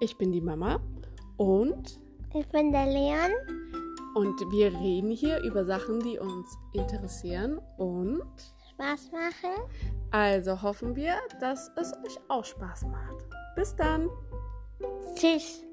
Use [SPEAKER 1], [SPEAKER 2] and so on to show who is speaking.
[SPEAKER 1] Ich bin die Mama und
[SPEAKER 2] Ich bin der Leon.
[SPEAKER 1] und wir reden hier über Sachen, die uns interessieren und
[SPEAKER 2] Spaß machen.
[SPEAKER 1] also hoffen wir, dass es euch auch Spaß macht. Bis dann.
[SPEAKER 2] Tschüss.